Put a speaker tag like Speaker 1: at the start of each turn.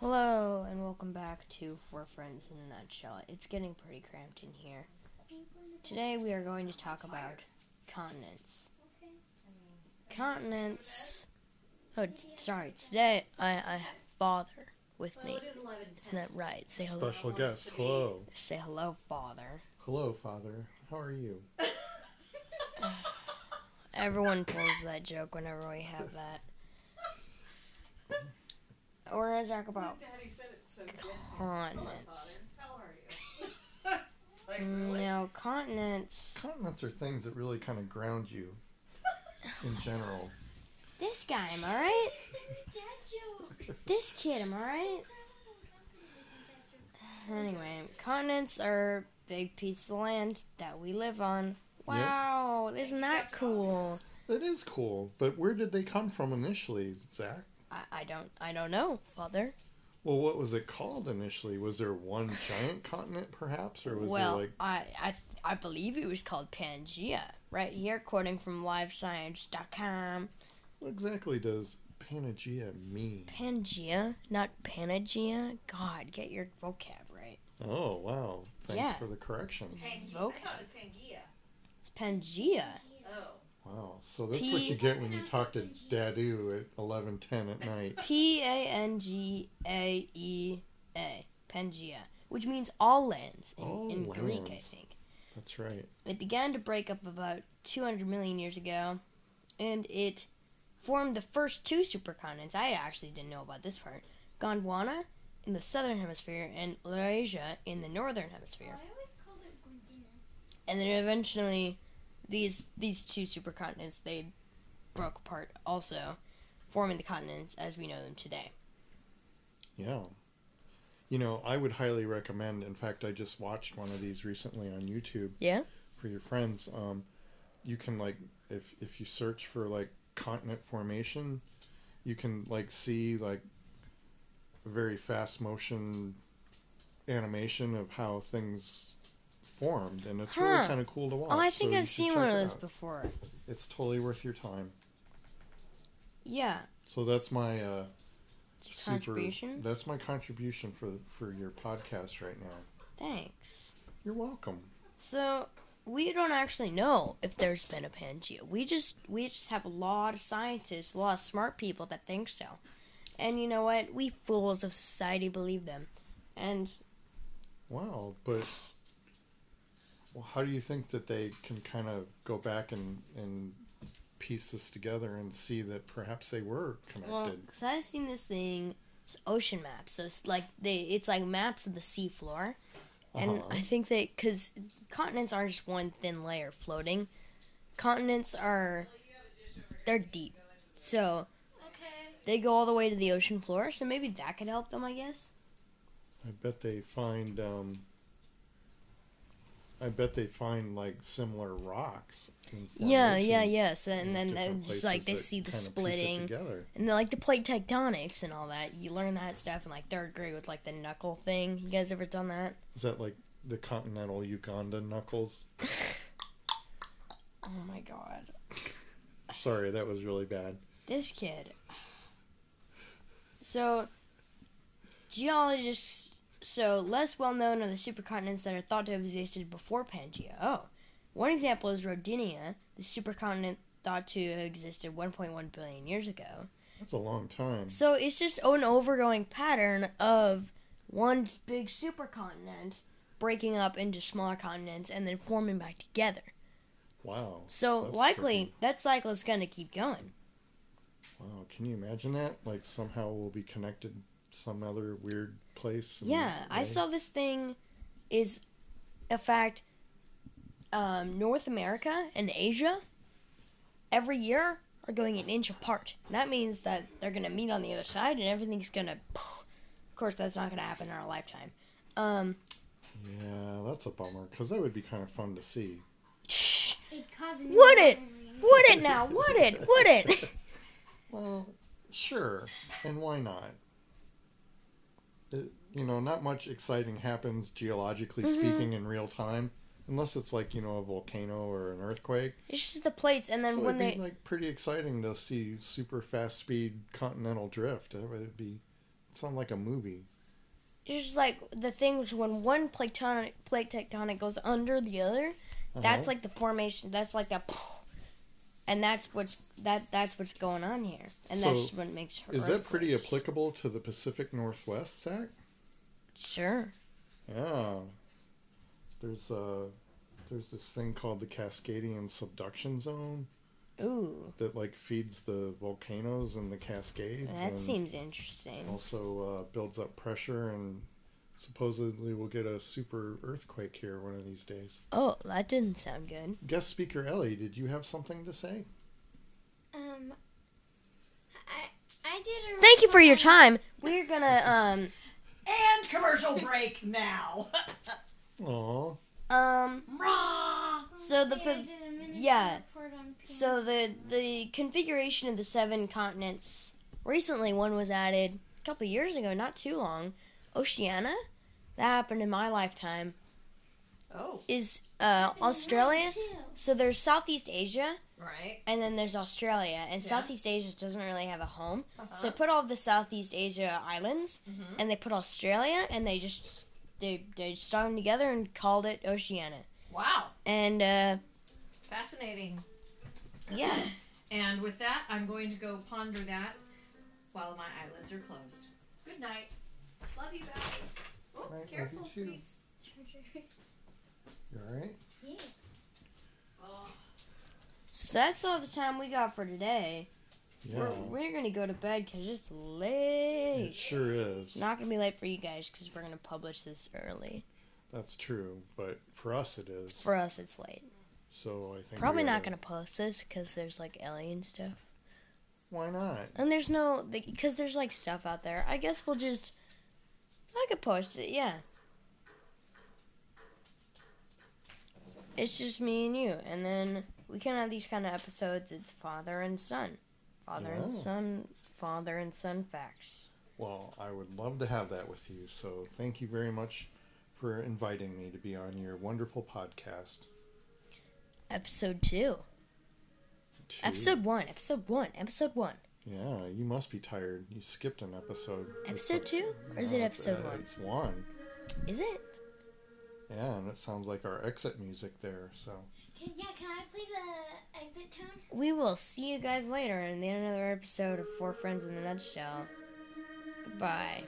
Speaker 1: Hello and welcome back to Four Friends in a Nutshell. It's getting pretty cramped in here. Today we are going to talk about continents. Continents. Oh, t- sorry. Today I, I have father with me. Isn't that right? Say hello.
Speaker 2: Special guest. Hello.
Speaker 1: Say hello, father.
Speaker 2: Hello, Father. How are you?
Speaker 1: Everyone pulls that joke whenever we have that. We're gonna talk about
Speaker 3: Daddy said it so
Speaker 1: continents.
Speaker 3: How are you?
Speaker 1: Mm, Now, continents.
Speaker 2: Continents are things that really kind of ground you in general.
Speaker 1: This guy, am I right? This kid, am I right? Anyway, continents are big piece of land that we live on. Wow, isn't that cool?
Speaker 2: That is cool, but where did they come from initially, Zach?
Speaker 1: I, I don't, I don't know, father.
Speaker 2: Well, what was it called initially? Was there one giant continent, perhaps, or was
Speaker 1: Well,
Speaker 2: there like
Speaker 1: I, I, I believe it was called Pangea. Right here, quoting from LiveScience.com.
Speaker 2: what exactly does Pangaea mean?
Speaker 1: Pangea, not Panagea. God, get your vocab right.
Speaker 2: Oh, wow! Thanks
Speaker 1: Yeah.
Speaker 2: for the correction.
Speaker 3: Pangea.
Speaker 1: Vocal.
Speaker 3: I thought it was Pangea.
Speaker 1: It's Pangea.
Speaker 3: Oh.
Speaker 2: Wow. So that's what you get when you talk to Dadu at eleven ten at night.
Speaker 1: P A N G A E A, Pangea, which means all lands in,
Speaker 2: All
Speaker 1: in Greek, I
Speaker 2: lands.
Speaker 1: think.
Speaker 2: That's right.
Speaker 1: It began to break up about 200 million years ago, and it formed the first two supercontinents. I actually didn't know about this part Gondwana in the southern hemisphere, and Eurasia in the northern hemisphere. And then eventually, these these two supercontinents they broke apart, also forming the continents as we know them today.
Speaker 2: Yeah. You know, I would highly recommend. In fact, I just watched one of these recently on YouTube.
Speaker 1: Yeah?
Speaker 2: For your friends, um, you can like if if you search for like continent formation, you can like see like very fast motion animation of how things formed, and it's really
Speaker 1: Huh.
Speaker 2: kind of cool to watch.
Speaker 1: Oh, I
Speaker 2: so
Speaker 1: think
Speaker 2: you
Speaker 1: I've
Speaker 2: should
Speaker 1: seen
Speaker 2: check
Speaker 1: one
Speaker 2: it
Speaker 1: of those
Speaker 2: out.
Speaker 1: before.
Speaker 2: It's totally worth your time.
Speaker 1: Yeah.
Speaker 2: So that's my uh,
Speaker 1: It's a
Speaker 2: super.
Speaker 1: contribution.
Speaker 2: That's my contribution for for your podcast right now.
Speaker 1: Thanks.
Speaker 2: You're welcome.
Speaker 1: So we don't actually know if there's been a Pangea. We just we just have a lot of scientists, a lot of smart people that think so. And you know what? We fools of society believe them. And
Speaker 2: Wow, but well, how do you think that they can kind of go back and and piece this together and see that perhaps they were connected?
Speaker 1: well, because I've seen this thing, it's ocean maps. So it's like they, it's like maps of the seafloor. And
Speaker 2: Uh-huh.
Speaker 1: I think that because continents aren't just one thin layer floating, continents are they're deep, so they go all the way to the ocean floor. So maybe that could help them, I guess.
Speaker 2: I bet they find um I bet they find like similar rocks. in
Speaker 1: Yeah, yeah,
Speaker 2: formations
Speaker 1: yeah. So and
Speaker 2: in
Speaker 1: then they
Speaker 2: different
Speaker 1: just like
Speaker 2: places
Speaker 1: they
Speaker 2: that
Speaker 1: see the
Speaker 2: kind of piece it
Speaker 1: splitting
Speaker 2: together.
Speaker 1: and then, like the plate tectonics and all that. You learn that stuff in like third grade with like the knuckle thing. You guys ever done that?
Speaker 2: Is that like the continental Uganda knuckles?
Speaker 1: Oh my god,
Speaker 2: Sorry, that was really bad.
Speaker 1: this kid. So, geologists, so less well known are the supercontinents that are thought to have existed before Pangea. Oh, one example is Rodinia, the supercontinent thought to have existed 1.1 billion years ago.
Speaker 2: That's a long time.
Speaker 1: So it's just an overgoing pattern of one big supercontinent breaking up into smaller continents and then forming back together.
Speaker 2: Wow.
Speaker 1: So
Speaker 2: That's
Speaker 1: likely
Speaker 2: tricky.
Speaker 1: that cycle is going to keep going.
Speaker 2: Wow, can you imagine that? Like somehow we'll be connected some other weird place. and-
Speaker 1: Yeah, I
Speaker 2: right?
Speaker 1: saw this thing is a fact um, North America and Asia every year are going an inch apart. And that means that they're going to meet on the other side and everything's going to Of course that's not going to happen in our lifetime. Um
Speaker 2: Yeah, that's a bummer because that would be kind of fun to see.
Speaker 1: would it? Would it now? Would it? Would it?
Speaker 2: Well, sure, and why not? It, you know, not much exciting happens geologically
Speaker 1: Mm-hmm.
Speaker 2: speaking in real time, unless it's like you know a volcano or an earthquake.
Speaker 1: It's just the plates and then
Speaker 2: so
Speaker 1: when
Speaker 2: it'd
Speaker 1: they
Speaker 2: be like pretty exciting to see super fast speed continental drift. That would be sound like a movie.
Speaker 1: It's just like the thing which when one platonic plate tectonic goes under the other, that's
Speaker 2: Uh-huh.
Speaker 1: like the formation. That's like a, and that's what's that that's what's going on here, and that's
Speaker 2: So,
Speaker 1: what makes. Her
Speaker 2: Is that pretty applicable to the Pacific Northwest, Zach?
Speaker 1: Sure.
Speaker 2: Yeah. There's uh there's this thing called the Cascadian subduction zone
Speaker 1: Ooh,
Speaker 2: that like feeds the volcanoes and the Cascades.
Speaker 1: that
Speaker 2: and
Speaker 1: seems interesting.
Speaker 2: also uh, builds up pressure and supposedly we'll get a super earthquake here one of these days.
Speaker 1: Oh, that didn't sound good.
Speaker 2: Guest speaker Ellie, did you have something to say?
Speaker 4: Um, I I did a.
Speaker 1: Thank you for your time. We're gonna um
Speaker 3: And commercial break now.
Speaker 2: Aw.
Speaker 1: um
Speaker 3: Rah!
Speaker 1: So the
Speaker 4: Wait,
Speaker 1: fif-
Speaker 4: I did a mini
Speaker 1: yeah.
Speaker 4: report on pink.
Speaker 1: So the the configuration of the seven continents recently one was added a couple years ago, not too long. Oceania, that happened in my lifetime,
Speaker 3: Oh,
Speaker 1: is uh,
Speaker 4: And
Speaker 1: Australia.
Speaker 4: mine too.
Speaker 1: So there's Southeast Asia
Speaker 3: right.
Speaker 1: and then there's Australia, and
Speaker 3: Yeah.
Speaker 1: Southeast Asia doesn't really have a home. So
Speaker 3: Uh-huh.
Speaker 1: they put all the Southeast Asia islands,
Speaker 3: Mhm.
Speaker 1: and they put Australia, and they just they they strung them together and called it Oceania.
Speaker 3: Wow,
Speaker 1: And uh,
Speaker 3: fascinating.
Speaker 1: yeah,
Speaker 3: And with that, I'm going to go ponder that while my eyelids are closed. Good night. Love you guys. Oh,
Speaker 2: Night, love you
Speaker 3: careful,
Speaker 2: too.
Speaker 3: sweets.
Speaker 2: You alright?
Speaker 4: Yeah.
Speaker 3: Oh,
Speaker 1: so that's all the time we got for today.
Speaker 2: Yeah.
Speaker 1: We're, we're gonna go to bed because it's late.
Speaker 2: It sure is.
Speaker 1: Not gonna be late for you guys because we're gonna publish this early.
Speaker 2: That's true, but for us it is.
Speaker 1: For us, it's late.
Speaker 2: so I think
Speaker 1: Probably
Speaker 2: we
Speaker 1: not
Speaker 2: oughta-
Speaker 1: gonna post this because there's like alien stuff,
Speaker 2: Why not?
Speaker 1: and there's no because there's like stuff out there. I guess we'll just I could post it. Yeah. It's just me and you, and then we can have these kind of episodes. It's father and son, father and
Speaker 2: Yeah.
Speaker 1: son, father and son facts.
Speaker 2: Well, I would love to have that with you. So thank you very much for inviting me to be on your wonderful podcast.
Speaker 1: Episode two.
Speaker 2: too.
Speaker 1: Episode one. Episode one. Episode one.
Speaker 2: Yeah, you must be tired. You skipped an episode.
Speaker 1: Episode
Speaker 2: It's-
Speaker 1: two? Or is
Speaker 2: No,
Speaker 1: it
Speaker 2: it's,
Speaker 1: episode
Speaker 2: uh,
Speaker 1: one?
Speaker 2: It's one.
Speaker 1: Is it?
Speaker 2: Yeah, and it sounds like our exit music there. So
Speaker 4: Can, yeah, can I play the exit tone?
Speaker 1: We will see you guys later in another episode of Four Friends in a Nutshell. Goodbye.